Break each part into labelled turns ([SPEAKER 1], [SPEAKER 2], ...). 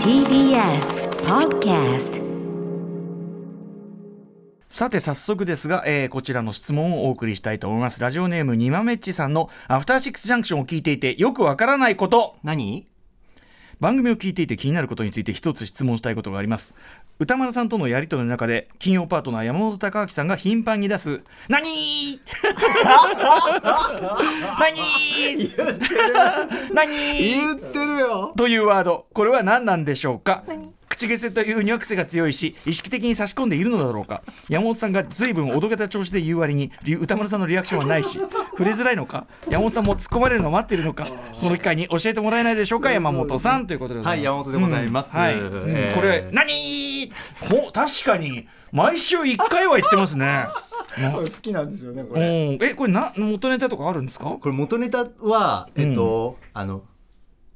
[SPEAKER 1] TBS Podcast
[SPEAKER 2] さて早速ですが、えーこちらの質問をお送りしたいと思いますラジオネームにまめっちさんの「アフターシックスジャンクション」を聞いていてよくわからないこと
[SPEAKER 3] 何
[SPEAKER 2] 番組を聞いていて気になることについて一つ質問したいことがあります歌丸さんとのやり取りの中で金曜パートナー山本隆明さんが頻繁に出す「 何ー!何ー」何ー
[SPEAKER 3] 言ってるよ
[SPEAKER 2] というワードこれは何なんでしょうか口癖というには癖が強いし意識的に差し込んでいるのだろうか山本さんが随分おどけた調子で言う割にり歌丸さんのリアクションはないし触れづらいのか山本さんも突っ込まれるのを待っているのかこの機会に教えてもらえないでしょうか山本さんということでござ
[SPEAKER 3] はいい
[SPEAKER 2] ます
[SPEAKER 3] 山本でございます、
[SPEAKER 2] はい、
[SPEAKER 3] えー
[SPEAKER 2] これ何ほ確かに毎週1回は言ってますね
[SPEAKER 4] これ好きなんですよねこ
[SPEAKER 2] うん
[SPEAKER 4] れ
[SPEAKER 2] えこれな元ネタとかあるんですか
[SPEAKER 3] これ元ネタはえっと、あの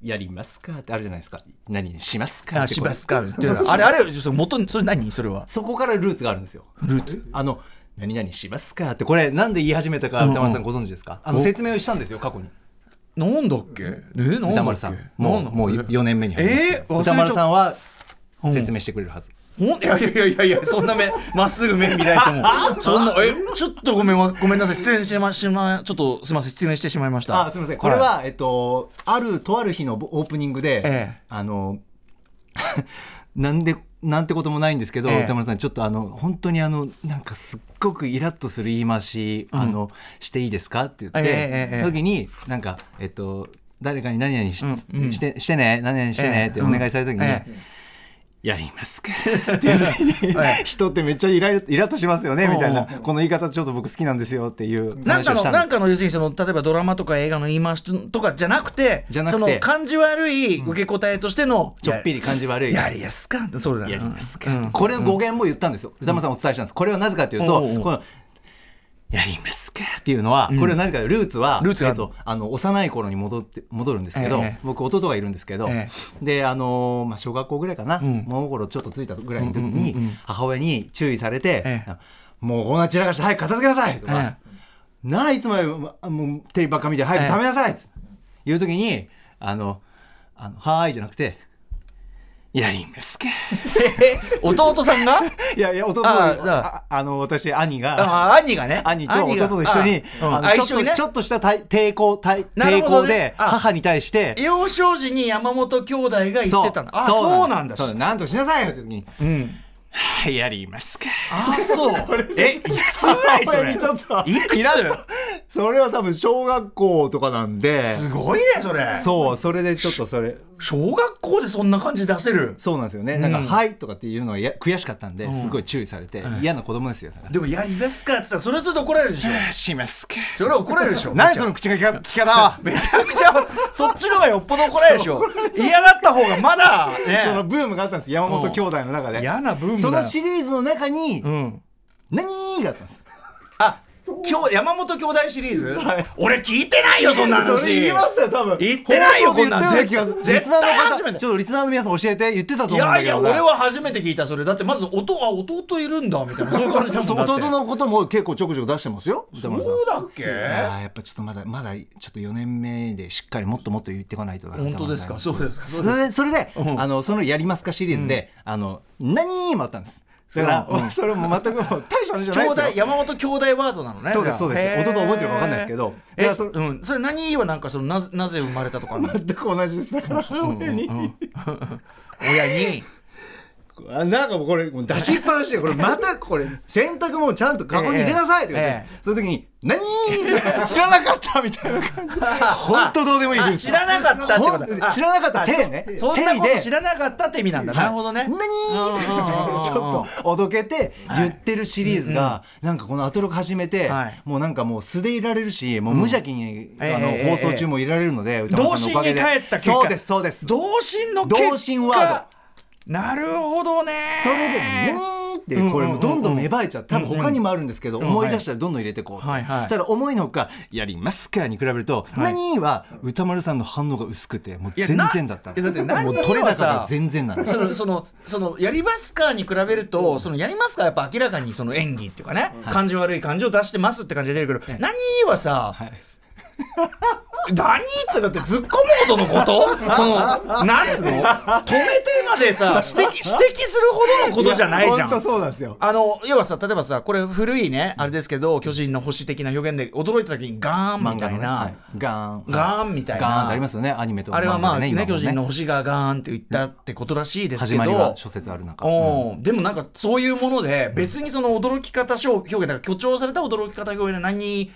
[SPEAKER 3] やりますかってあるじゃないですか何しますか
[SPEAKER 2] あ
[SPEAKER 3] って
[SPEAKER 2] し
[SPEAKER 3] これ
[SPEAKER 2] ばすかっていうのはあれあれちょっと元にそれ何それは
[SPEAKER 3] そこからルーツがあるんですよ
[SPEAKER 2] ルーツ
[SPEAKER 3] あの何々しますかってこれなんで言い始めたか
[SPEAKER 2] うんうん
[SPEAKER 3] 歌丸さんご存知ですか、あの説明をしたんですよ過去に
[SPEAKER 2] なんだっけえなんだっけ
[SPEAKER 3] 歌丸さんも
[SPEAKER 2] なん
[SPEAKER 3] う
[SPEAKER 2] だ
[SPEAKER 3] もう4年目に入りますけど
[SPEAKER 2] えー忘れちゃ
[SPEAKER 3] 歌
[SPEAKER 2] う
[SPEAKER 3] 丸さんは
[SPEAKER 2] うん
[SPEAKER 3] 説明してくれるはず、
[SPEAKER 2] ほんいやいやいやいやいやそんな目 まっすぐ目見ないともう そんなえちょっとごめんわごめんなさい失礼しましまちょっとすみません失礼してしまいました
[SPEAKER 3] あすみませんこれは、えっとあるとある日のオープニングで、
[SPEAKER 2] ええ
[SPEAKER 3] あの なんでなんてこともないんですけど、
[SPEAKER 2] ええ
[SPEAKER 3] 歌丸さんちょっとあの本当にあのなんかすっごくイラッとする言い回し、あのしていいですかって言って、
[SPEAKER 2] ええええええ
[SPEAKER 3] 時になんかえっと誰かに何々し,、
[SPEAKER 2] うんうん
[SPEAKER 3] してしてね何々してねってお願いされた時に、
[SPEAKER 2] ええ
[SPEAKER 3] や りますかっていう時に
[SPEAKER 2] え
[SPEAKER 3] 人ってめっちゃイライライラッとしますよねみたいな
[SPEAKER 2] うん
[SPEAKER 3] この言い方ちょっと僕好きなんですよっていう
[SPEAKER 2] なん
[SPEAKER 3] 話
[SPEAKER 2] か
[SPEAKER 3] を
[SPEAKER 2] の
[SPEAKER 3] したんです
[SPEAKER 2] なんかの要するにその例えばドラマとか映画の言い回しとかじゃなくて
[SPEAKER 3] じゃなくて
[SPEAKER 2] その感じ悪い受け答えとしての、
[SPEAKER 3] ちょっぴり感じ悪い
[SPEAKER 2] ややりやすかそうだな
[SPEAKER 3] やりますか、
[SPEAKER 2] うん
[SPEAKER 3] これを語源も言ったんですよ歌丸さんお伝えしたんですこれはなぜかというと、
[SPEAKER 2] おうおう
[SPEAKER 3] この「やりますか」っていうのは、これはなぜかルーツは
[SPEAKER 2] ルーツが
[SPEAKER 3] えっと、あの幼い頃に戻って戻るんですけど、
[SPEAKER 2] ええ
[SPEAKER 3] 僕弟がいるんですけど、
[SPEAKER 2] え
[SPEAKER 3] であのーまあ、小学校ぐらいかな、
[SPEAKER 2] ん
[SPEAKER 3] 物心ちょっとついたぐらいの時に、母親に注意されて「
[SPEAKER 2] ええ
[SPEAKER 3] もうこんな散らかして早く片付けなさい」とか。
[SPEAKER 2] え
[SPEAKER 3] なあいつまでもあもうテレビばっか見て早く食べなさいって言う時に「あのあのはーい」じゃなくて「やりますか」
[SPEAKER 2] え弟さんが
[SPEAKER 3] いやいや弟
[SPEAKER 2] ああ
[SPEAKER 3] ああの私兄が
[SPEAKER 2] あ兄がね
[SPEAKER 3] 兄と弟と一緒に
[SPEAKER 2] あうん
[SPEAKER 3] あ
[SPEAKER 2] あ
[SPEAKER 3] の
[SPEAKER 2] 一
[SPEAKER 3] ちょ
[SPEAKER 2] 緒
[SPEAKER 3] っ
[SPEAKER 2] にね
[SPEAKER 3] とちょっとした対抵抗対
[SPEAKER 2] なる
[SPEAKER 3] 抵
[SPEAKER 2] ほど
[SPEAKER 3] 抗
[SPEAKER 2] ね
[SPEAKER 3] で
[SPEAKER 2] あ
[SPEAKER 3] 母に対して
[SPEAKER 2] 幼少時に山本兄弟が言ってたんだあそうなんだ
[SPEAKER 3] そう
[SPEAKER 2] し
[SPEAKER 3] なんとしなさいよって時に
[SPEAKER 2] うん
[SPEAKER 3] 「やりますか」
[SPEAKER 2] あ そうえいくつぐらいそ
[SPEAKER 3] 母親
[SPEAKER 2] れ
[SPEAKER 3] にちょっと
[SPEAKER 2] いくつ
[SPEAKER 3] それは多分小学校とかなんです
[SPEAKER 2] ごいねそれ
[SPEAKER 3] そうそれでちょっとそれ
[SPEAKER 2] 小学校でそんな感じ出せる
[SPEAKER 3] そうなんですよね。なんか、はいとかっていうのはや悔しかったんで、すごい注意されて、嫌な子供ですよ。だから
[SPEAKER 2] でもやりますかってさそれはそれで怒られるでしょ
[SPEAKER 3] しますか。
[SPEAKER 2] それは怒られるでしょ
[SPEAKER 3] 何その口が利か利き方は。
[SPEAKER 2] めちゃくちゃそっちの方がよっぽど怒られるでしょ嫌がった方がまだ
[SPEAKER 3] その
[SPEAKER 2] ね
[SPEAKER 3] ブームがあったんです山本兄弟の中で
[SPEAKER 2] 嫌なブームだよ
[SPEAKER 3] そのシリーズの中に
[SPEAKER 2] うん
[SPEAKER 3] 「何?」があったんです
[SPEAKER 2] あ今日山本兄弟シリーズ俺聞いてないよそんな話
[SPEAKER 3] それ言いましたよ多分
[SPEAKER 2] 言ってないよ
[SPEAKER 3] 放送で言ったよ
[SPEAKER 2] こんな
[SPEAKER 3] う
[SPEAKER 2] ん
[SPEAKER 3] 気がするリスナ
[SPEAKER 2] 絶対初
[SPEAKER 3] ー
[SPEAKER 2] めて
[SPEAKER 3] の方ちょっとリスナーの皆さん教えて言ってたと
[SPEAKER 2] い
[SPEAKER 3] 思うんだ
[SPEAKER 2] や
[SPEAKER 3] けど
[SPEAKER 2] いや俺は初めて聞いたそれだってまず弟あ弟いるんだみたいなそういう感じだも
[SPEAKER 3] そ
[SPEAKER 2] ん
[SPEAKER 3] う
[SPEAKER 2] だって
[SPEAKER 3] 弟のことも結構ちょくちょく出してますよ歌丸さん
[SPEAKER 2] そうだっけ
[SPEAKER 3] いやーやっぱちょっとまだまだちょっと4年目でしっかりもっともっと言ってこないとな
[SPEAKER 2] 本当ですかそうですかそう
[SPEAKER 3] そ
[SPEAKER 2] ですか
[SPEAKER 3] れでそれで、
[SPEAKER 2] うん
[SPEAKER 3] あのその「やりますか」シリーズで「あの何?」もあったんですだから、それも全くもう大した話じゃない
[SPEAKER 2] 兄
[SPEAKER 3] ですよ
[SPEAKER 2] 弟山本兄弟ワードなのね
[SPEAKER 3] そうですそうです
[SPEAKER 2] じゃあ
[SPEAKER 3] 弟覚えてるか分かんないですけど
[SPEAKER 2] へー
[SPEAKER 3] い
[SPEAKER 2] え
[SPEAKER 3] や
[SPEAKER 2] そ
[SPEAKER 3] そ
[SPEAKER 2] れ,、うん、それ何はなんかそのなぜなぜ生まれたとかある の
[SPEAKER 3] 全く同じですだから母親に、
[SPEAKER 2] 親に
[SPEAKER 3] あなんかもうこれもう出しっぱなしでこれまたこれ洗濯もちゃんとカゴに入れなさいって言って、
[SPEAKER 2] ええ
[SPEAKER 3] その時に「何?」知らなかったみたいな感 じで本当どうでもいい
[SPEAKER 2] あ
[SPEAKER 3] です
[SPEAKER 2] 知らなかったってこ
[SPEAKER 3] ほん
[SPEAKER 2] とあ
[SPEAKER 3] 知らなかった手ね
[SPEAKER 2] そんなこ
[SPEAKER 3] 手
[SPEAKER 2] と
[SPEAKER 3] で
[SPEAKER 2] 知らなかったって意味なんだ、なるほどね
[SPEAKER 3] 何
[SPEAKER 2] うん
[SPEAKER 3] ちょっとおどけて言ってるシリーズがなんかこのアトロク始めて
[SPEAKER 2] はい
[SPEAKER 3] もうなんかもう素でいられるしもう無邪気にあ
[SPEAKER 2] え
[SPEAKER 3] の
[SPEAKER 2] えええ
[SPEAKER 3] 放送中もいられるので歌丸
[SPEAKER 2] 童
[SPEAKER 3] さ
[SPEAKER 2] 心
[SPEAKER 3] んのおか
[SPEAKER 2] に
[SPEAKER 3] げ
[SPEAKER 2] 帰
[SPEAKER 3] で
[SPEAKER 2] った結果
[SPEAKER 3] そうですそうです
[SPEAKER 2] 童心の結果
[SPEAKER 3] 童心ワード
[SPEAKER 2] なるほどね
[SPEAKER 3] それで「何?」ってこれもどんどん芽生えちゃう多分他にもあるんですけど
[SPEAKER 2] ん
[SPEAKER 3] 思い出したらどんどん入れてこうって
[SPEAKER 2] はいはい
[SPEAKER 3] そしたら思いのほか「やりますか」に比べると「
[SPEAKER 2] い
[SPEAKER 3] 何?」は歌丸さんの反応が薄くてもう全然だった
[SPEAKER 2] いやなえだって何
[SPEAKER 3] もう取れ高
[SPEAKER 2] は
[SPEAKER 3] が
[SPEAKER 2] さ
[SPEAKER 3] 全然なの
[SPEAKER 2] そのそのそのやりますかに比べるとそのやりますかはやっぱ明らかにその演技っていうかね、感じ悪い感じを出してますって感じで出るけど、何はさ、 何言ってだって突っ込むほどの ことそのなんつうの止めてまでさ指摘指摘するほどのことじゃないじゃん
[SPEAKER 3] 本当そうなんですよ
[SPEAKER 2] あの要はさ例えばさこれ古いねあれですけど巨人の星的な表現で驚いた時にガーン
[SPEAKER 3] 漫
[SPEAKER 2] み
[SPEAKER 3] 画
[SPEAKER 2] た
[SPEAKER 3] の
[SPEAKER 2] い
[SPEAKER 3] ね
[SPEAKER 2] な、
[SPEAKER 3] はいガーン
[SPEAKER 2] ガーンみたいな
[SPEAKER 3] ガーンってありますよねアニメと
[SPEAKER 2] あれはまあね
[SPEAKER 3] 漫画で今
[SPEAKER 2] 巨
[SPEAKER 3] も
[SPEAKER 2] 人の星がガーンって言ったってことらしいですけ
[SPEAKER 3] 始
[SPEAKER 2] ど
[SPEAKER 3] まりは諸説ある中
[SPEAKER 2] おーでもなんかそういうもので別にその驚き方表現だから強調された驚き方表現で何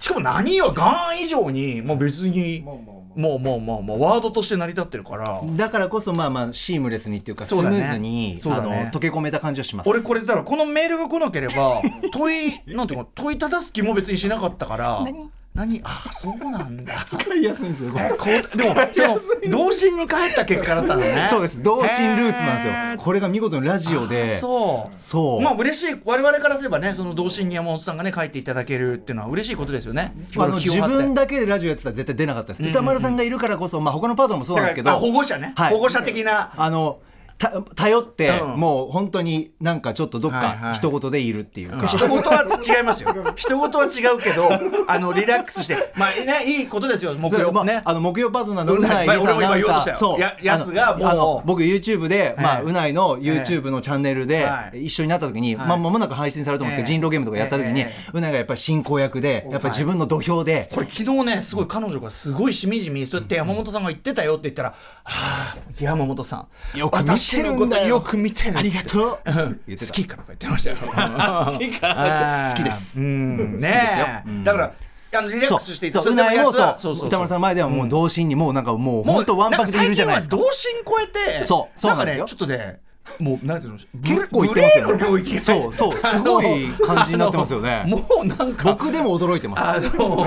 [SPEAKER 2] しかも何よガーン以上にもう別に
[SPEAKER 4] まあま
[SPEAKER 2] もうもうもうもうワードとして成り立ってるから
[SPEAKER 3] だからこそまあまあシームレスにっていうかス
[SPEAKER 2] そ
[SPEAKER 3] ム
[SPEAKER 2] うだね
[SPEAKER 3] ーズに
[SPEAKER 2] そう
[SPEAKER 3] あ
[SPEAKER 2] だね
[SPEAKER 3] の溶け込めた感じはします
[SPEAKER 2] 俺これだからこのメールが来なけれ ば問いなんていうか問いただす気も別にしなかったから何何ああそうなんだ
[SPEAKER 4] 使いやすいん ですよこれ
[SPEAKER 2] えこうでもその童心に帰った結果だったのね
[SPEAKER 3] そうです同心ルーツなん
[SPEAKER 2] へ
[SPEAKER 3] です
[SPEAKER 2] ー
[SPEAKER 3] よこれが見事にラジオで
[SPEAKER 2] そう
[SPEAKER 3] そう
[SPEAKER 2] まあ嬉しい我々からすればねその同心に山本さんがね書いていただけるっていうのは嬉しいことですよね。
[SPEAKER 3] まああの
[SPEAKER 2] 日
[SPEAKER 3] 自
[SPEAKER 2] 頃気を張って
[SPEAKER 3] 分だけでラジオやってたら絶対出なかったです、歌丸さんがいるからこそ、まあ、他のパートナーもそうなんですけど
[SPEAKER 2] だからあ保護者ね、
[SPEAKER 3] はい
[SPEAKER 2] 保護者的な。
[SPEAKER 3] あのた頼って、
[SPEAKER 2] うん
[SPEAKER 3] もう本当になんかちょっとどっ
[SPEAKER 2] はいは
[SPEAKER 3] か
[SPEAKER 2] い
[SPEAKER 3] 一言でいるっていうか、
[SPEAKER 2] 人事は違います よ。人事は違うけど、あのリラックスして、まあねいいことですよ。木
[SPEAKER 3] それ
[SPEAKER 2] 曜
[SPEAKER 3] まあ
[SPEAKER 2] ね。
[SPEAKER 3] あの木曜パートナーのうな
[SPEAKER 2] う
[SPEAKER 3] い
[SPEAKER 2] な
[SPEAKER 3] り
[SPEAKER 2] い
[SPEAKER 3] さん
[SPEAKER 2] まあ俺も今言おうとしたよ
[SPEAKER 3] そう
[SPEAKER 2] ややつが
[SPEAKER 3] あの
[SPEAKER 2] もう
[SPEAKER 3] あの僕 YouTube で、ま
[SPEAKER 2] え
[SPEAKER 3] あ、
[SPEAKER 2] え
[SPEAKER 3] うないの YouTube のチャンネルで
[SPEAKER 2] はい
[SPEAKER 3] 一緒になった時に、
[SPEAKER 2] はい
[SPEAKER 3] まあ、間もなく配信されると思うんですけ
[SPEAKER 2] え
[SPEAKER 3] ど、
[SPEAKER 2] え
[SPEAKER 3] 人狼ゲームとかやった時に、
[SPEAKER 2] ええ
[SPEAKER 3] うないがやっぱり進行役でやっぱり自分の土俵で、
[SPEAKER 2] これ昨日ねすごい彼女がすごいしみじみそうやって山本さんが言ってたよって言ったら「はあ山本さん
[SPEAKER 3] よく見てるんだよ
[SPEAKER 2] 私のことよく見てる」
[SPEAKER 3] ありがとう
[SPEAKER 2] うん
[SPEAKER 3] 言ってた
[SPEAKER 2] 好きかなんか言ってましたよ好き
[SPEAKER 3] 好きです
[SPEAKER 2] うんねえだからあのリラッ
[SPEAKER 3] そう
[SPEAKER 2] クスしてい
[SPEAKER 3] そううないも
[SPEAKER 2] それでもやつは
[SPEAKER 3] そう歌丸さんの前ではもう童心にもうなんかもう
[SPEAKER 2] もう
[SPEAKER 3] 本当わんぱくでいるじゃないですか
[SPEAKER 2] んか最近は童心超えて
[SPEAKER 3] そうそうなんで
[SPEAKER 2] か
[SPEAKER 3] すよ
[SPEAKER 2] ねちょっとねもうなんていうの
[SPEAKER 3] 結構いってますよね
[SPEAKER 2] グレーの領域が
[SPEAKER 3] そうそうすごい感じになってますよね
[SPEAKER 2] あのもうなんか
[SPEAKER 3] 僕でも驚いてます
[SPEAKER 2] あの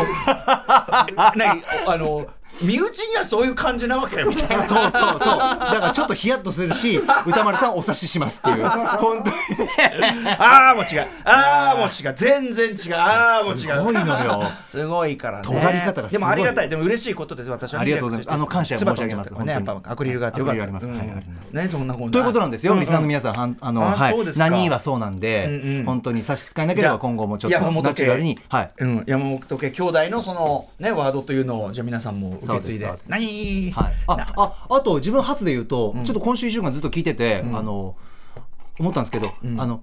[SPEAKER 2] 何あの 身内にはそういう感じなわけよみたいな
[SPEAKER 3] そうそうそうだからちょっとヒヤッとするし歌丸さんお察しします っていう本当に
[SPEAKER 2] ああもう違うああもう違う全然違うああもう違う
[SPEAKER 3] すごいのよ
[SPEAKER 2] すごいからね
[SPEAKER 3] 尖り方がすごい
[SPEAKER 2] でもありがたいでも嬉しいことです私は
[SPEAKER 3] ありがとうございます
[SPEAKER 2] リラックスして
[SPEAKER 3] あの感謝申し上げます
[SPEAKER 2] 唾とねやっ
[SPEAKER 3] 本当に
[SPEAKER 2] ぱアクリルがあってよかった
[SPEAKER 3] アクリルあります
[SPEAKER 2] うん
[SPEAKER 3] はいあります
[SPEAKER 2] ねそんなこと
[SPEAKER 3] ということなんですよ、リスナーの皆さん、はんあの
[SPEAKER 2] あ
[SPEAKER 3] はい
[SPEAKER 2] そうです、か
[SPEAKER 3] 何はそうなんで、
[SPEAKER 2] うんうん
[SPEAKER 3] 本当に差し支えなければ、今後もちょっ
[SPEAKER 2] じゃあ
[SPEAKER 3] と
[SPEAKER 2] 山本
[SPEAKER 3] ナチュラルに、
[SPEAKER 2] 家
[SPEAKER 3] はい、
[SPEAKER 2] うん、山本家兄弟のそのねワードというのをじゃあ皆さんも受け継いで
[SPEAKER 3] そうです
[SPEAKER 2] 何、
[SPEAKER 3] はい、
[SPEAKER 2] な
[SPEAKER 3] あああと、自分初で言うと、ちょっと今週1週間ずっと聞いてて、あの思ったんですけど、あの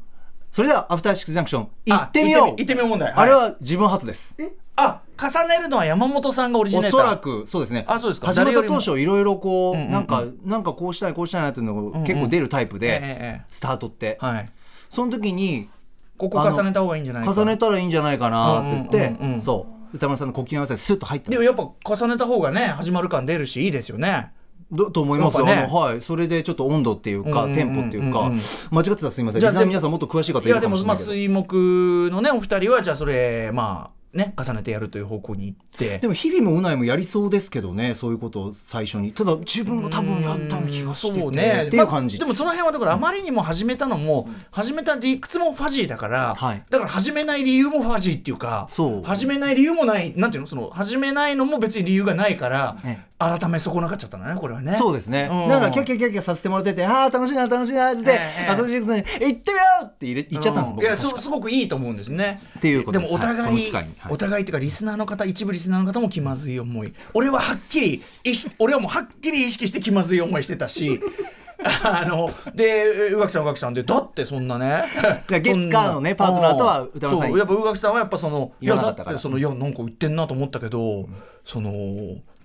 [SPEAKER 3] それでは、アフターシックスジャンクション、行ってみよう、
[SPEAKER 2] あ行ってみ行ってみよう問題はい
[SPEAKER 3] あれは自分初です。
[SPEAKER 2] あ重ねるのは山本さんがオリジ
[SPEAKER 3] お
[SPEAKER 2] ナル
[SPEAKER 3] そらくそうですね
[SPEAKER 2] あそうですか
[SPEAKER 3] 始め
[SPEAKER 2] 誰よ
[SPEAKER 3] た
[SPEAKER 2] りも
[SPEAKER 3] 当初いろいろこう,、
[SPEAKER 2] んうん
[SPEAKER 3] なんかなんかこうしたいこうしたいなっていうのが結構出るタイプ
[SPEAKER 2] ええ
[SPEAKER 3] で、
[SPEAKER 2] え
[SPEAKER 3] スタートって、
[SPEAKER 2] えはい
[SPEAKER 3] その時に
[SPEAKER 2] ここ重ねた方がいいんじゃないか
[SPEAKER 3] 重ねたらいいんじゃないかなって言って、
[SPEAKER 2] うんうんうんうん
[SPEAKER 3] そう歌丸さんの呼吸に合わせてスッと入った
[SPEAKER 2] で
[SPEAKER 3] んで
[SPEAKER 2] も
[SPEAKER 3] す
[SPEAKER 2] やっぱ重ねた方がね始まる感出るしいいですよね
[SPEAKER 3] どと思いますよ、
[SPEAKER 2] なんか
[SPEAKER 3] あ
[SPEAKER 2] ね
[SPEAKER 3] のはいそれでちょっと温度っていうか、
[SPEAKER 2] うんうんうんうん
[SPEAKER 3] テンポっていうか、
[SPEAKER 2] うん
[SPEAKER 3] 間違ってたらすみませ
[SPEAKER 2] じ
[SPEAKER 3] んじ
[SPEAKER 2] ゃ
[SPEAKER 3] ゃ
[SPEAKER 2] あ
[SPEAKER 3] あ皆さんもっと詳しい方い
[SPEAKER 2] い
[SPEAKER 3] る
[SPEAKER 2] や
[SPEAKER 3] か
[SPEAKER 2] で
[SPEAKER 3] も
[SPEAKER 2] も
[SPEAKER 3] しれ
[SPEAKER 2] ま
[SPEAKER 3] な
[SPEAKER 2] あ
[SPEAKER 3] いけどでも,、
[SPEAKER 2] 水木のねお二人はじゃあそれまあね重ねてやるという方向に行って
[SPEAKER 3] 日々もうないもやりそうですけどねそういうことを最初にただ自分が多分やったような気がしてて
[SPEAKER 2] そうね
[SPEAKER 3] っていう感じ、
[SPEAKER 2] まあでもその辺はだからあまりにも始めたのも、始めた理屈もファジーだから、
[SPEAKER 3] はい
[SPEAKER 2] だから始めない理由もファジーっていうか
[SPEAKER 3] そう
[SPEAKER 2] 始めない理由もないなんていうのその始めないのも別に理由がないから、
[SPEAKER 3] ええ
[SPEAKER 2] 改め損なかっちゃったんだねこれはね
[SPEAKER 3] そうですね、
[SPEAKER 2] うん
[SPEAKER 3] なんかキャッキャッキャッキャさせてもらっててああ楽しいな楽しいなっつって、
[SPEAKER 2] ええ
[SPEAKER 3] アソシックスに「行ってみよう!」って入れ言っちゃったんです、
[SPEAKER 2] う
[SPEAKER 3] 僕
[SPEAKER 2] いや
[SPEAKER 3] 確
[SPEAKER 2] そ
[SPEAKER 3] か
[SPEAKER 2] すごくいいと思うんですね。
[SPEAKER 3] っていうこと
[SPEAKER 2] で
[SPEAKER 3] です
[SPEAKER 2] もお
[SPEAKER 3] はい
[SPEAKER 2] 互
[SPEAKER 3] この
[SPEAKER 2] い,、
[SPEAKER 3] 機会にはい
[SPEAKER 2] お互いっていうかリスナーの方一部リスナーの方も気まずい思い俺ははっきり意識俺はもうはっきり意識して気まずい思いしてたし あので宇垣さん宇垣さんでだってそんなね
[SPEAKER 3] いや
[SPEAKER 2] そんな
[SPEAKER 3] 月火のねパートナーとは歌丸さん
[SPEAKER 2] そうやっぱ宇垣さんはやっぱそのい
[SPEAKER 3] 言
[SPEAKER 2] や
[SPEAKER 3] わな
[SPEAKER 2] だっ
[SPEAKER 3] かったから
[SPEAKER 2] てそのいやなんか売ってんなと思ったけど、その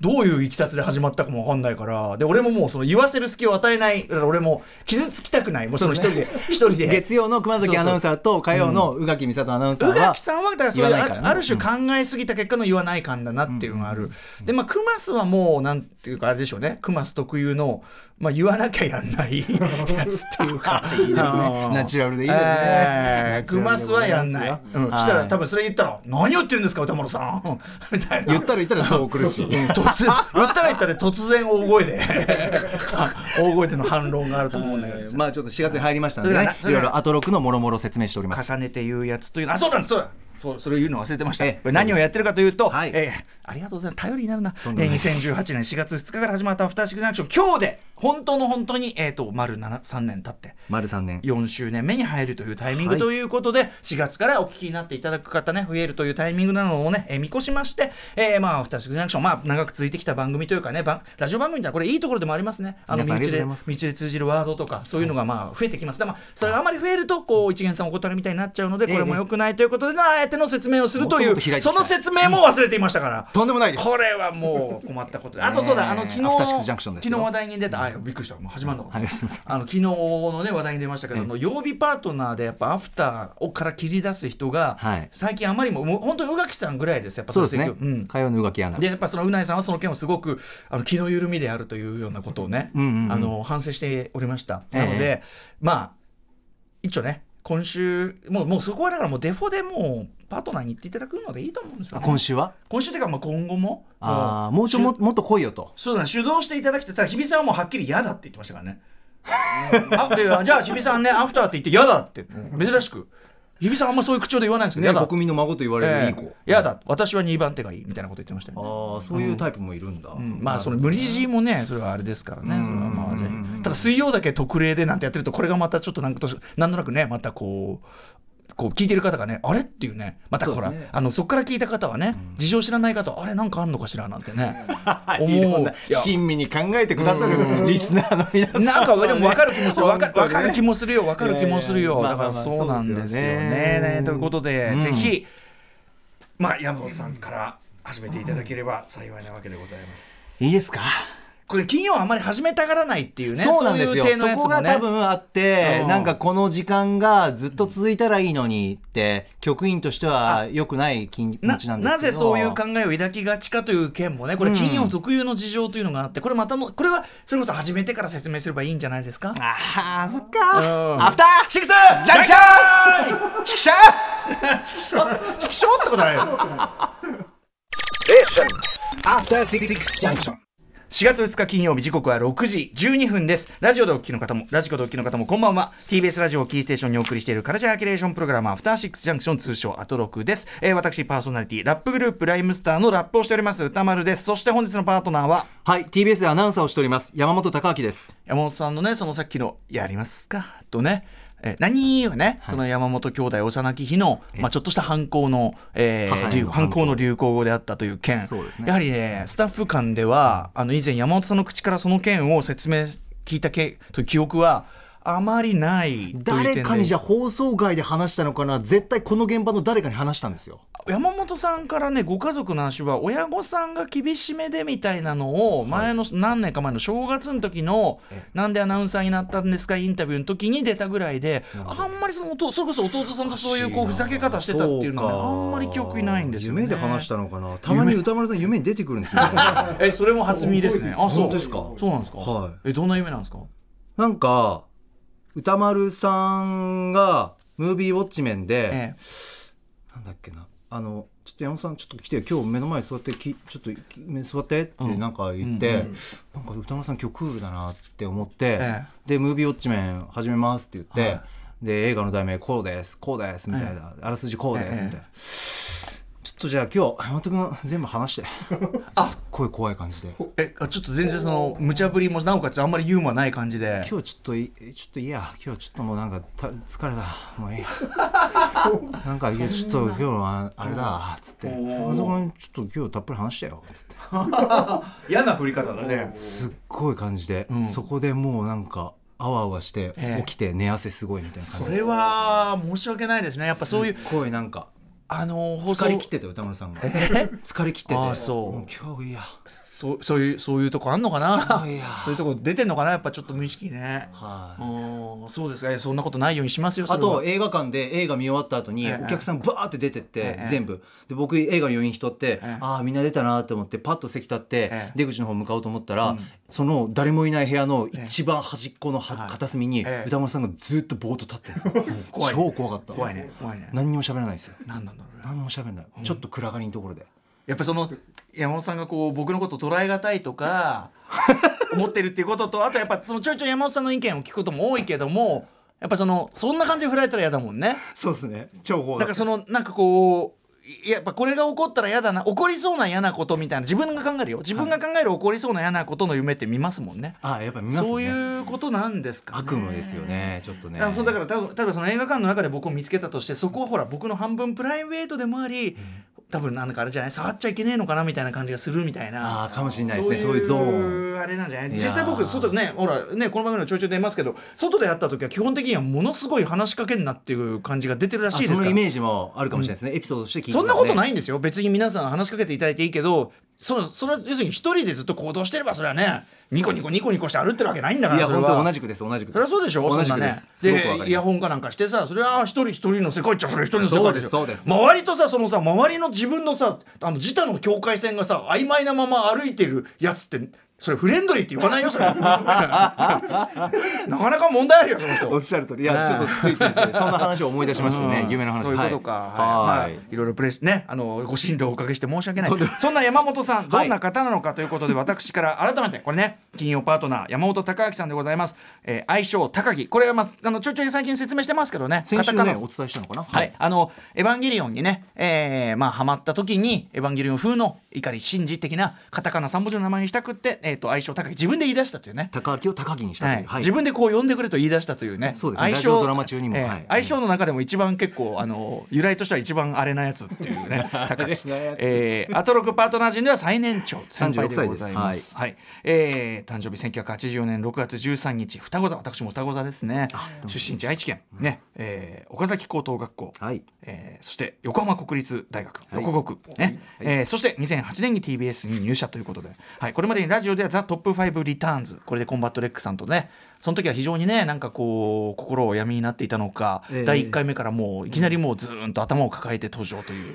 [SPEAKER 2] どういういきさつで始まったかもわかんないからで俺ももうその言わせる隙を与えないだから俺も傷つきたくないもうその一人で一人で
[SPEAKER 3] 月曜の熊崎アナウンサーと火曜の宇垣美里アナウンサー
[SPEAKER 2] 宇
[SPEAKER 3] は
[SPEAKER 2] 垣さんはだからそういう
[SPEAKER 3] 言わない
[SPEAKER 2] あ,、
[SPEAKER 3] からね
[SPEAKER 2] ある種考えすぎた結果の言わない感だなっていうのがある、でまあクマスはもうなんていうかあれでしょうねクマス特有の、まあ、言わなきゃやんないやつっていう かいいですね
[SPEAKER 3] ナチュラルでいいですねナ
[SPEAKER 2] ク
[SPEAKER 3] チュラルでござい
[SPEAKER 2] マ
[SPEAKER 3] ます
[SPEAKER 2] ス
[SPEAKER 3] よ
[SPEAKER 2] はやんない、うん
[SPEAKER 3] はい
[SPEAKER 2] したら多分それ言ったら「何言ってるんですか歌丸さん」みたいな
[SPEAKER 3] 言ったら言ったらそう来るし
[SPEAKER 2] うん突然言ったら言ったで突然大声で 大声での反論があると思うんだけど
[SPEAKER 3] まあちょっと4月に入りましたので
[SPEAKER 2] それが
[SPEAKER 3] ね
[SPEAKER 2] なそ
[SPEAKER 3] い
[SPEAKER 2] れ
[SPEAKER 3] ろ
[SPEAKER 2] が
[SPEAKER 3] いろアトロクのもろもろ説明しております
[SPEAKER 2] 重ねて言うやつというのあそうなんですそうだそうそれを言うの忘れてました、
[SPEAKER 3] ええ
[SPEAKER 2] これ何をやってるかというと、
[SPEAKER 3] はい
[SPEAKER 2] ええありがとうございます頼りになるな
[SPEAKER 3] どんどん
[SPEAKER 2] ええ2018年4月2日から始まったアフターシックスジャンクション今日で本当の本当に、えー、と丸7 3年経って
[SPEAKER 3] 丸3年
[SPEAKER 2] 4周年目に入るというタイミン
[SPEAKER 3] は
[SPEAKER 2] グ
[SPEAKER 3] い
[SPEAKER 2] ということで、4月からお聞きになっていただく方ね増えるというタイミングなのをね、えー見越しまして、えーまあ「アフターシックスジャンクション」まあ長く続いてきた番組というかね番ラジオ番組みたいなこれいいところでもありますねあの道
[SPEAKER 3] 皆さんあり
[SPEAKER 2] で
[SPEAKER 3] がとうござい
[SPEAKER 2] 道
[SPEAKER 3] ます
[SPEAKER 2] で通じるワードとかそういうのがまあ増えてきますでもそれがあまり増えるとこう一元さんお断りみたいになっちゃうのでこれも良くないということで、あえての説明をするとい
[SPEAKER 3] も
[SPEAKER 2] う
[SPEAKER 3] っともっと開いていき
[SPEAKER 2] そ
[SPEAKER 3] たい
[SPEAKER 2] の説明も忘れていましたから。
[SPEAKER 3] とんでもないです
[SPEAKER 2] これはもう困ったことであとそうだ、あの昨日
[SPEAKER 3] アフターシックスジャンクションです
[SPEAKER 2] 昨
[SPEAKER 3] よ
[SPEAKER 2] 日話題に出た、あびっくりした、もう始まるのかな、
[SPEAKER 3] はいすいません
[SPEAKER 2] あの昨日の、ね、話題に出ましたけど、あの曜日パートナーでやっぱアフターをから切り出す人が、
[SPEAKER 3] はい
[SPEAKER 2] 最近あまりも、もう本当に宇垣さんぐらいです、やっぱ
[SPEAKER 3] そうですね
[SPEAKER 2] の席をうん
[SPEAKER 3] 火曜の浮気アナ
[SPEAKER 2] でやっぱそのうないさんはその件をすごくあの気の緩みであるというようなことをね、あの反省しておりました。なので、
[SPEAKER 3] え
[SPEAKER 2] まあ一応ね今週もうもうそこはだからもうデフォでもうパートナーに言っていただくのでいいと思うんですよ、
[SPEAKER 3] あ
[SPEAKER 2] ね。
[SPEAKER 3] 今週は
[SPEAKER 2] 今週というかまあ今後も
[SPEAKER 3] ああもうちょいももっと来いよと
[SPEAKER 2] そうだね、主導していただきたい。ただ、日比さんはもうはっきり嫌だって言ってました からね。あでじゃあ、日比さんね、アフターって言って嫌だって、珍しく。日比さんあんまそういう口調で言わないんですけど、
[SPEAKER 3] ね
[SPEAKER 2] 嫌だ。
[SPEAKER 3] 国民の孫と言われるいい子、
[SPEAKER 2] ええ嫌だ。私は2番手がいいみたいなこと言ってましたよね。
[SPEAKER 3] ああそういうタイプ もいるんだ、
[SPEAKER 2] まあその無理強いもねそれはあれですからねそれはまあじゃあただ水曜だけ特例でなんてやってるとこれがまたちょっとなんかとしなんとなくねまたこうこう聞いてる方がねあれっていうねまたほ
[SPEAKER 3] そ
[SPEAKER 2] ら
[SPEAKER 3] うですね
[SPEAKER 2] あのそこから聞いた方はね事情知らない方はあれなんかあんのかしらなんてね思
[SPEAKER 3] いろん
[SPEAKER 2] う
[SPEAKER 3] ない
[SPEAKER 2] や
[SPEAKER 3] 親身に考えてくださるリスナーの皆さ ん
[SPEAKER 2] なんかでも分かる気もする分か
[SPEAKER 3] 本当
[SPEAKER 2] 分
[SPEAKER 3] にね
[SPEAKER 2] かる気もするよ分かる気もするよ
[SPEAKER 3] いやい
[SPEAKER 2] だ
[SPEAKER 3] や
[SPEAKER 2] からそうなんですよね
[SPEAKER 3] まあまあまあそうですよね
[SPEAKER 2] ねということで、
[SPEAKER 3] ん
[SPEAKER 2] ぜひまあ山本さんから始めていただければ幸いなわけでございます。
[SPEAKER 3] いいですか
[SPEAKER 2] これ金曜はあんまり始めたがらないっていうね
[SPEAKER 3] そうなんですよ
[SPEAKER 2] そういう
[SPEAKER 3] そ
[SPEAKER 2] 体のやつ
[SPEAKER 3] こ
[SPEAKER 2] も
[SPEAKER 3] が
[SPEAKER 2] ね
[SPEAKER 3] 多分あって、
[SPEAKER 2] うん
[SPEAKER 3] なんかこの時間がずっと続いたらいいのにって局員としては良くない気持ちなんですけど
[SPEAKER 2] ななぜそういう考えを抱きがちかという件もねこれ金曜特有の事情というのがあってこれまたのこれはそれこそ始めてから説明すればいいんじゃないですか。
[SPEAKER 3] ああそっか、
[SPEAKER 2] うん
[SPEAKER 3] アフター
[SPEAKER 2] シックスジャンクション
[SPEAKER 3] チクシャーチクショーってことないよ
[SPEAKER 5] After Six Junction.
[SPEAKER 2] 4月2日金曜日時刻は6時12分ですラジオでお聞きの方もラジコでお聞きの方もこんばんは TBS ラジオをキーステーションにお送りしているカルチャーキュレーションプログラムアフターシックスジャンクション通称アトロクです、えー私パーソナリティラップグループライムスターのラップをしております歌丸ですそして本日のパートナーは
[SPEAKER 3] はい TBS でアナウンサーをしております山本貴明です
[SPEAKER 2] 山本さんのねそのさっきの「やりますか」とね「えー何?」はね、その山本兄弟幼き日の、まあ、ちょっとした犯行の、えー
[SPEAKER 3] 母への
[SPEAKER 2] 流
[SPEAKER 3] 反
[SPEAKER 2] 犯
[SPEAKER 3] 抗
[SPEAKER 2] 行の流行語であったという件
[SPEAKER 3] そうですね
[SPEAKER 2] やはりねスタッフ間ではあの以前山本さんの口からその件を説明聞いたけという記憶はあまりないという点で
[SPEAKER 3] 誰かにじゃあ放送外で話したのかな絶対この現場の誰かに話したんですよ
[SPEAKER 2] 山本さんからねご家族の話は親御さんが厳しめでみたいなのを前の、何年か前の正月の時の「なんでアナウンサーになったんですか?」インタビューの時に出たぐらいであんまりその弟それこそ弟さんとそういうこうふざけ方してたっていうのはね
[SPEAKER 3] そか
[SPEAKER 2] あんまり記憶にないんですよ、ね、
[SPEAKER 3] 夢で話したのかなたまに歌丸さん夢に出てくるんですよ
[SPEAKER 2] えそれも初見ですねあそう
[SPEAKER 3] 本当ですか
[SPEAKER 2] そうなんですか、
[SPEAKER 3] はい
[SPEAKER 2] えどんな夢なんですか
[SPEAKER 3] なんか歌丸さんがムービーウォッチメンで、
[SPEAKER 2] ええ
[SPEAKER 3] なんだっけなあのちょっと山本さんちょっと来てよ今日目の前に座ってきちょっとき目座ってって
[SPEAKER 2] うん
[SPEAKER 3] なんか言って、なんか歌丸さん今日クールだなって思って、
[SPEAKER 2] え
[SPEAKER 3] で「ムービーウォッチメン始めます」って言って、
[SPEAKER 2] は
[SPEAKER 3] で映画の題名こうですこうですみたいな、あらすじこうです
[SPEAKER 2] ええ
[SPEAKER 3] みたいな。ちょっとじゃあ今日山本君全部話して すっごい怖い感じで
[SPEAKER 2] えあちょっと全然その無茶ぶりもなおかつあんまりユーモアない感じで
[SPEAKER 3] 今日ちょっといちょっといいや今日ちょっともうなんかた疲れたもういいやなんかいやちょっと今日はあれだっつって本当にちょっと今日たっぷり話したよっつって
[SPEAKER 2] 嫌な振り方だね
[SPEAKER 3] すっごい感じで、そこでもうなんかあわあわして、
[SPEAKER 2] ええ
[SPEAKER 3] 起きて寝汗すごいみたいな感
[SPEAKER 2] そ
[SPEAKER 3] じで
[SPEAKER 2] れは申し訳ないですねやっぱそういう
[SPEAKER 3] すっごいなんか
[SPEAKER 2] あの放送
[SPEAKER 3] 疲れ切ってたよ歌丸さんが疲れ切ってて
[SPEAKER 2] ああそう
[SPEAKER 3] も今日いいや
[SPEAKER 2] そうそういうそういうとこあんのかな
[SPEAKER 3] いや
[SPEAKER 2] そういうとこ出てんのかなやっぱちょっと無意識ね
[SPEAKER 3] はい
[SPEAKER 2] うんそうですかえそんなことないようにしますよそ
[SPEAKER 3] あ
[SPEAKER 2] れは
[SPEAKER 3] と映画館で映画見終わった後に
[SPEAKER 2] ええ
[SPEAKER 3] お客さんバーって出てって
[SPEAKER 2] ええ
[SPEAKER 3] 全部で僕映画の余韻人って
[SPEAKER 2] え
[SPEAKER 3] ああみんな出たなと思ってパッと席立って
[SPEAKER 2] ええ
[SPEAKER 3] 出口の方向かおうと思ったらその誰もいない部屋の一番端っこのは
[SPEAKER 2] はい
[SPEAKER 3] 片隅に
[SPEAKER 2] ええ
[SPEAKER 3] 歌丸さんがずっとぼーっと立ってるんですよ
[SPEAKER 2] 怖い
[SPEAKER 3] 超怖かった
[SPEAKER 2] 怖いね怖いね
[SPEAKER 3] 何にも喋らないですよ
[SPEAKER 2] 何なんだろうね
[SPEAKER 3] 何も喋らないちょっと暗がりのところで
[SPEAKER 2] やっぱその山本さんがこう僕のこと捉え難いと か思ってるっていうこととあとやっぱそのちょいちょい山本さんの意見を聞くことも多いけどもやっぱそのそんな感じで振られたら嫌だもんね
[SPEAKER 3] そうですね超怖
[SPEAKER 2] だからそのなんかこういややっぱこれが起こったら嫌だな起こりそうな嫌なことみたいな自分が考えるよ自分が考える起こりそうな嫌なことの夢って見ますもんね
[SPEAKER 3] あやっぱ見ますね
[SPEAKER 2] そういうことなんですか、ね、
[SPEAKER 3] 悪夢ですよねちょっとね
[SPEAKER 2] あそうだから多分多分その映画館の中で僕を見つけたとしてそこはほら僕の半分プライベートでもあり、多分なんかあれじゃない触っちゃいけねえのかなみたいな感じがするみたいな
[SPEAKER 3] あーかもしれないですねそういうゾーン
[SPEAKER 2] あれなんじゃない
[SPEAKER 3] やー
[SPEAKER 2] 実際僕外ねほらねこの番組のちょいちょい出ますけど外でやった時は基本的にはものすごい話しかけんなっていう感じが出てるらしいです
[SPEAKER 3] あ
[SPEAKER 2] か
[SPEAKER 3] そ
[SPEAKER 2] ら
[SPEAKER 3] のイメージもあるかもしれないですね、エピソードとして聞いてた
[SPEAKER 2] そ
[SPEAKER 3] ら
[SPEAKER 2] ん
[SPEAKER 3] ね
[SPEAKER 2] なことないんですよ別に皆さん話しかけていただいていいけどそそれは要するに一人でずっと行動してればそれはねニコニコニコニコして歩ってるわけないんだか
[SPEAKER 3] い
[SPEAKER 2] ら
[SPEAKER 3] や
[SPEAKER 2] それ
[SPEAKER 3] 本当
[SPEAKER 2] は
[SPEAKER 3] 同。じくです同じく
[SPEAKER 2] そりゃそうでしょ
[SPEAKER 3] 同じ
[SPEAKER 2] そん
[SPEAKER 3] く
[SPEAKER 2] な
[SPEAKER 3] で
[SPEAKER 2] ね
[SPEAKER 3] すすごくわか
[SPEAKER 2] でイ
[SPEAKER 3] り
[SPEAKER 2] ヤ
[SPEAKER 3] ます
[SPEAKER 2] ホンかなんかしてさそれはあ一人一人の世界っちゃそれ一人の世界しょ
[SPEAKER 3] そうですそうです
[SPEAKER 2] 周りとさそのさ周りの自分のさあの自他の境界線がさ曖昧なまま歩いてるやつってそれフレンドリーって言わないよ それなかなか問題あるよその人
[SPEAKER 3] おっしゃる通りいやちょっとついついですねそんな話を思い出しましたね、夢の話
[SPEAKER 2] そういうことか、
[SPEAKER 3] は
[SPEAKER 2] はい
[SPEAKER 3] い、
[SPEAKER 2] まあ、いろいろプレスねあのご心労をおかけして申し訳ないそんな山本さんどんな方なのかということで、私から改めてこれね金曜パートナー山本隆明さんでございます、えー愛称高木これは、まあ、あのちょいちょい最近説明してますけどね
[SPEAKER 3] 先週
[SPEAKER 2] カタ
[SPEAKER 3] ね
[SPEAKER 2] カナ
[SPEAKER 3] お伝えしたのかな
[SPEAKER 2] はい、あの「エヴァンゲリオン」にね、えーまあ、ハマった時に「エヴァンゲリオン」風の碇シンジ的なカタカナ三文字の名前にしたくって、えー、と愛称高木自分で言い出したというね
[SPEAKER 3] 高木を高木にしたと
[SPEAKER 2] は
[SPEAKER 3] いう、
[SPEAKER 2] い、自分でこう呼んでくれと言い出したというね
[SPEAKER 3] そうです
[SPEAKER 2] 相
[SPEAKER 3] ねラジ
[SPEAKER 2] 性
[SPEAKER 3] オドラマ中にも
[SPEAKER 2] ええ
[SPEAKER 3] はい
[SPEAKER 2] 相性の中でも一番結構あの由来としては一番あれなやつっていう ね高木えーアトロクパートナー陣では最年長先輩でございますはいえー誕生日1984年6月13日双子座私も双子座ですね出身地愛知県、ねえー岡崎高等学校、
[SPEAKER 3] はい
[SPEAKER 2] えーそして横浜国立大学横国、ねえーそして2008年に TBS に入社ということで、はい、これまでにラジオでは「ザ・トップ5リターンズ」これでコンバットレックさんとねその時は非常にねなんかこう心を闇になっていたのか、
[SPEAKER 3] ええ
[SPEAKER 2] 第1回目からもういきなりもうずーんと頭を抱えて登場という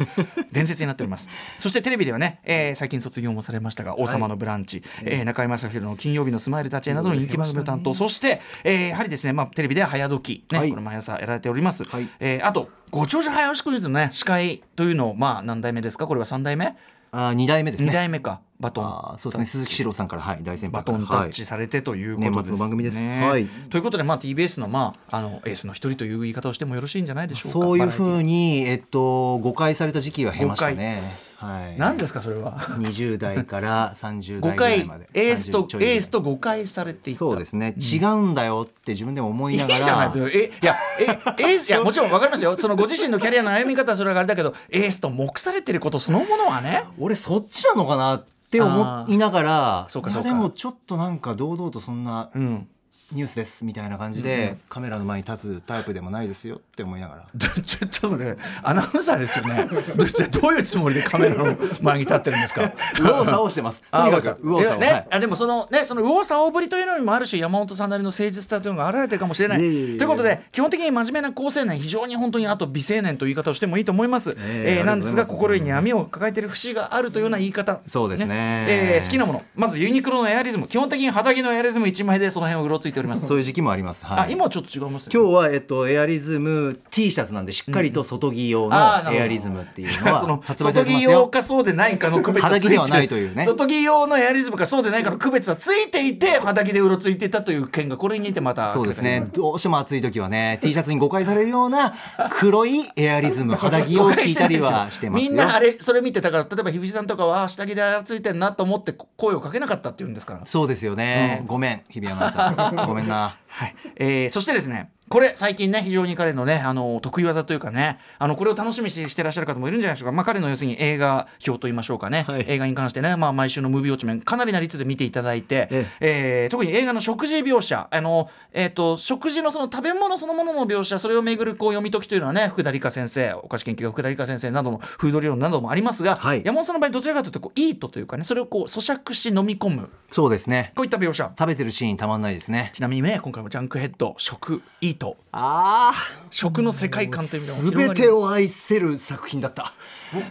[SPEAKER 2] 伝説になっておりますそしてテレビではね、えー最近卒業もされましたが「王様のブランチ」えー中居正広の「金曜日のスマイルたちへ」などの人気番組を担当、そして、えーやはりですね、まあ、テレビでは早時き、ね
[SPEAKER 3] はい
[SPEAKER 2] これ毎朝やられております、
[SPEAKER 3] はい
[SPEAKER 2] えーあとご長寿早押しクイズのね司会というのをまあ何代目ですかこれは3代目、
[SPEAKER 3] あ2代目です
[SPEAKER 2] 二2
[SPEAKER 3] ね
[SPEAKER 2] 代目かバト
[SPEAKER 3] あ
[SPEAKER 2] ン
[SPEAKER 3] そうですね鈴木史郎さんからはい大先
[SPEAKER 2] バ
[SPEAKER 3] 輩か
[SPEAKER 2] ト
[SPEAKER 3] ら
[SPEAKER 2] ンタッチされてということです、ね
[SPEAKER 3] 年末の番組ですはい
[SPEAKER 2] ということで、まあ、TBS の,、まあ、あのエースの一人という言い方をしてもよろしいんじゃないでしょうか
[SPEAKER 3] そういう
[SPEAKER 2] バラエテ
[SPEAKER 3] ふ
[SPEAKER 2] ィ
[SPEAKER 3] うに、えっと、誤解された時期は経ましたね。はい。
[SPEAKER 2] 何ですかそれ は
[SPEAKER 3] 20代から30代
[SPEAKER 2] 5
[SPEAKER 3] ぐらい
[SPEAKER 2] 回
[SPEAKER 3] まで。
[SPEAKER 2] エース
[SPEAKER 3] 30
[SPEAKER 2] と
[SPEAKER 3] ちょいぐらい
[SPEAKER 2] エースと誤解されていた
[SPEAKER 3] そうですね、違うんだよって自分でも思い
[SPEAKER 2] いいじ
[SPEAKER 3] ながら。
[SPEAKER 2] ゃないえいやえエースいやもちろん分かりますよそのご自身のキャリアの歩み方はそれはあれだけどエースと目されてることそのものはね
[SPEAKER 3] 俺そっちなのかなって
[SPEAKER 2] あ
[SPEAKER 3] 思
[SPEAKER 2] ー
[SPEAKER 3] いながら
[SPEAKER 2] そうか
[SPEAKER 3] いや
[SPEAKER 2] そうか
[SPEAKER 3] でもちょっとなんか堂々とそんな
[SPEAKER 2] うん
[SPEAKER 3] ニュースですみたいな感じで、カメラの前に立つタイプでもないですよって思いながら
[SPEAKER 2] ちょちょっとね、アナウンサーですよね。どじゃあどういうつもりでカメラの前に立ってるんです か。
[SPEAKER 3] 右往左往してますとにかく右往
[SPEAKER 2] い
[SPEAKER 3] 左
[SPEAKER 2] や
[SPEAKER 3] 往、
[SPEAKER 2] ね、
[SPEAKER 3] はい
[SPEAKER 2] あでもそのねその右往左往ぶりというのにもある種山本さんなりの誠実さというのが現れてるかもしれない。
[SPEAKER 3] いえいえいえ
[SPEAKER 2] ということで基本的に真面目な高青年非常に本当にあと美青年という言い方をしてもいいと思います。えー
[SPEAKER 3] えありがとうございます
[SPEAKER 2] なんですが心に闇を抱えている節があるというような言い方。
[SPEAKER 3] そうですね
[SPEAKER 2] えー好きなものまずユニクロのエアリズム基本的に肌着のエアリズム一枚でその辺をうろついております。
[SPEAKER 3] そういう時期もあります、は
[SPEAKER 2] あ
[SPEAKER 3] い、
[SPEAKER 2] 今はちょっと違いますよね。
[SPEAKER 3] 今日は、えっと、エアリズム T シャツなんでしっかりと外着用
[SPEAKER 2] あーなるほ
[SPEAKER 3] の
[SPEAKER 2] ど
[SPEAKER 3] エアリズムっていうの
[SPEAKER 2] が
[SPEAKER 3] は
[SPEAKER 2] その
[SPEAKER 3] 発売さ
[SPEAKER 2] 外
[SPEAKER 3] れてま
[SPEAKER 2] 着
[SPEAKER 3] す
[SPEAKER 2] 用
[SPEAKER 3] よ。
[SPEAKER 2] かそうでないかの区別はついてる
[SPEAKER 3] 肌着ではないというね
[SPEAKER 2] 外着用のエアリズムかそうでないかの区別はついていて肌着でうろついていたという件がこれにてまた
[SPEAKER 3] そうですねどうしても暑い時はね T シャツに誤解されるような黒いエアリズム肌着を聞いたりはしてます
[SPEAKER 2] み
[SPEAKER 3] よ
[SPEAKER 2] んなあれそれ見てだから例えば日比さんとかは下着でついてんなと思って声をかけなかったっていうんですから
[SPEAKER 3] そうですよね、ごめん日比アナウンサ ーごめんな
[SPEAKER 2] はいえーそしてですねこれ最近ね非常に彼のねあの得意技というかねあのこれを楽しみにしてらっしゃる方もいるんじゃないでしょうか、まあ、彼の要するに映画表といいましょうかね、
[SPEAKER 3] はい
[SPEAKER 2] 映画に関してね、まあ、毎週のムービーウォッチメンかなりな率で見ていただいて、え
[SPEAKER 3] え
[SPEAKER 2] ー特に映画の食事描写あの、えー、と食事のその食べ物そのものの描写それをめぐるこう読み解きというのはね福田理香先生お菓子研究家福田理香先生などのフード理論などもありますが、
[SPEAKER 3] はい
[SPEAKER 2] 山本さんの場合どちらかというとこうイートというかねそれをこう咀嚼し飲み込む
[SPEAKER 3] そうですね
[SPEAKER 2] こういった描写。
[SPEAKER 3] 食べてるシーンたまんないですね
[SPEAKER 2] ちなみにね今回もジャンクヘッド食イート
[SPEAKER 3] あ
[SPEAKER 2] 食の世界観という意味でも
[SPEAKER 3] す
[SPEAKER 2] 広
[SPEAKER 3] べ
[SPEAKER 2] がり
[SPEAKER 3] てを愛せる作品だった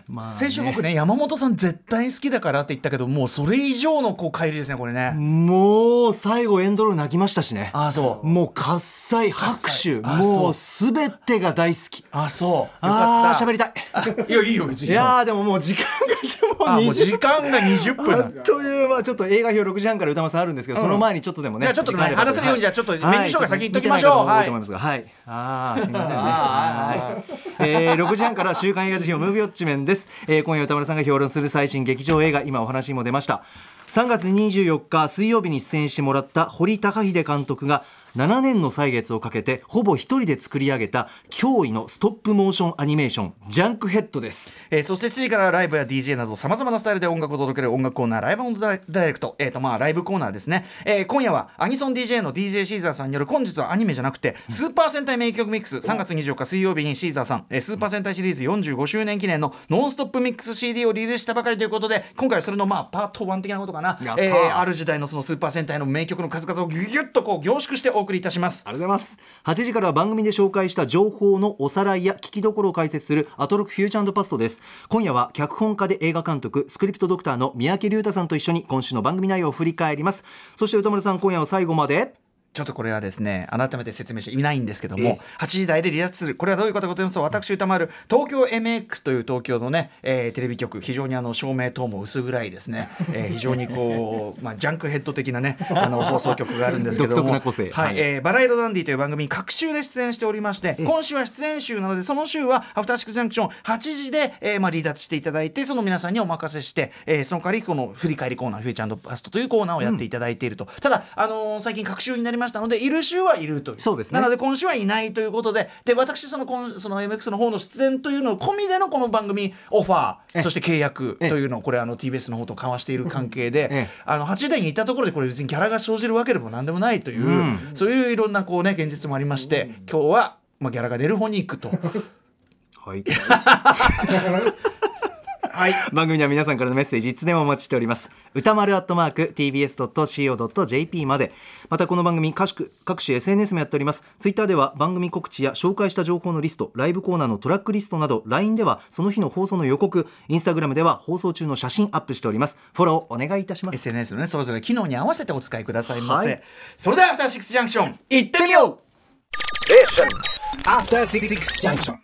[SPEAKER 3] まあね
[SPEAKER 2] 先週僕ね山本さん絶対好きだからって言ったけどもうそれ以上のこう帰りですねこれね
[SPEAKER 3] もう最後エンドロール泣きましたしね
[SPEAKER 2] ああそう
[SPEAKER 3] もう喝采拍
[SPEAKER 2] 喝采
[SPEAKER 3] 手
[SPEAKER 2] あそう
[SPEAKER 3] もうすべてが大好き
[SPEAKER 2] ああそうよか
[SPEAKER 3] あ
[SPEAKER 2] った
[SPEAKER 3] ー喋りたい
[SPEAKER 2] いやいいよ別
[SPEAKER 3] い
[SPEAKER 2] に
[SPEAKER 3] やーでももう時間が
[SPEAKER 2] あ
[SPEAKER 3] もう
[SPEAKER 2] もう
[SPEAKER 3] 20
[SPEAKER 2] 時間が20分だ
[SPEAKER 3] あっ という間ちょっと映画表6時半から歌丸さんあるんですけど、その前にちょっとでもね
[SPEAKER 2] じゃあちょっとね
[SPEAKER 3] 時間あれば
[SPEAKER 2] 話せるようにじゃあちょっと
[SPEAKER 3] はい
[SPEAKER 2] メニュー紹介先行っときましょう
[SPEAKER 3] はいちょっと見てない方も多いと思い思いますがはいああすみませんねはい、えー、6時半からは週刊映画辞表ムービーウォッチメンです、えー、今夜歌丸さんが評論する最新劇場映画今お話にも出ました3月24日水曜日に出演してもらった堀高秀監督が7年の歳月をかけてほぼ一人で作り上げた驚異のストップモーションアニメーションジャンクヘッドです
[SPEAKER 2] えーそして7時からライブや DJ などさまざまなスタイルで音楽を届ける音楽コーナーライブオンドダイレクト、えーとまあ、ライブコーナーですね、えー今夜はアニソン DJ の DJ シーザーさんによる本日はアニメじゃなくてスーパー戦隊名曲ミックス3月24日水曜日にシーザーさん、えースーパー戦隊シリーズ45周年記念のノンストップミックス CD をリリースしたばかりということで今回はそれの、まあ、パート1的なことかな
[SPEAKER 3] やっ、たー
[SPEAKER 2] えーある時代のそのスーパー戦隊の名曲の数々をギュギュッとこう凝縮してお送りいたします
[SPEAKER 3] ありがとうございます8時からは番組で紹介した情報のおさらいや聞きどころを解説するアトロクフューチャーパストです今夜は脚本家で映画監督スクリプトドクターの三宅龍太さんと一緒に今週の番組内容を振り返りますそして歌丸さん今夜は最後まで
[SPEAKER 2] ちょっとこれはですね改めて説明していないんですけども8時台で離脱するこれはどういうことかというと私歌丸東京 MX という東京のね、えーテレビ局非常にあの照明等も薄暗いですね、えー非常にこう、まあ、 ジャンクヘッド的なねあの放送局があるんですけども
[SPEAKER 3] 独特な個性
[SPEAKER 2] はい
[SPEAKER 3] はい
[SPEAKER 2] えーバラエドダンディという番組に各週で出演しておりまして今週は出演週なのでその週はアフターシックスジャンクション8時で、えーまあ、離脱していただいてその皆さんにお任せして、えーその代わりこの振り返りコーナーフューチャーパストというコーナーをやっていただいていると、ただ、あのー最近各週になりましたのでいる週はいるという
[SPEAKER 3] そうですね
[SPEAKER 2] なので今週はいないということでで私その今その MX の方の出演というのを込みでのこの番組オファーそして契約というのをこれあの TBS の方と交わしている関係で、
[SPEAKER 3] ええ
[SPEAKER 2] あの8時台に行ったところでこれ別にギャラが生じるわけでも何でもないという、そういういろんなこうね現実もありまして、今日は、まあ、ギャラが出る方に行くと
[SPEAKER 3] はい
[SPEAKER 2] はい
[SPEAKER 3] 番組では皆さんからのメッセージいつでもお待ちしております歌丸アットマーク tbs.co.jp までまたこの番組各種各種 SNS もやっておりますツイッターでは番組告知や紹介した情報のリストライブコーナーのトラックリストなど LINE ではその日の放送の予告インスタグラムでは放送中の写真アップしておりますフォローお願いいたします
[SPEAKER 2] SNS のねそれぞれ機能に合わせてお使いくださいませ、
[SPEAKER 3] はい
[SPEAKER 2] それでは「アフターシックスジャンクション」行ってみよう
[SPEAKER 5] After Six Junction.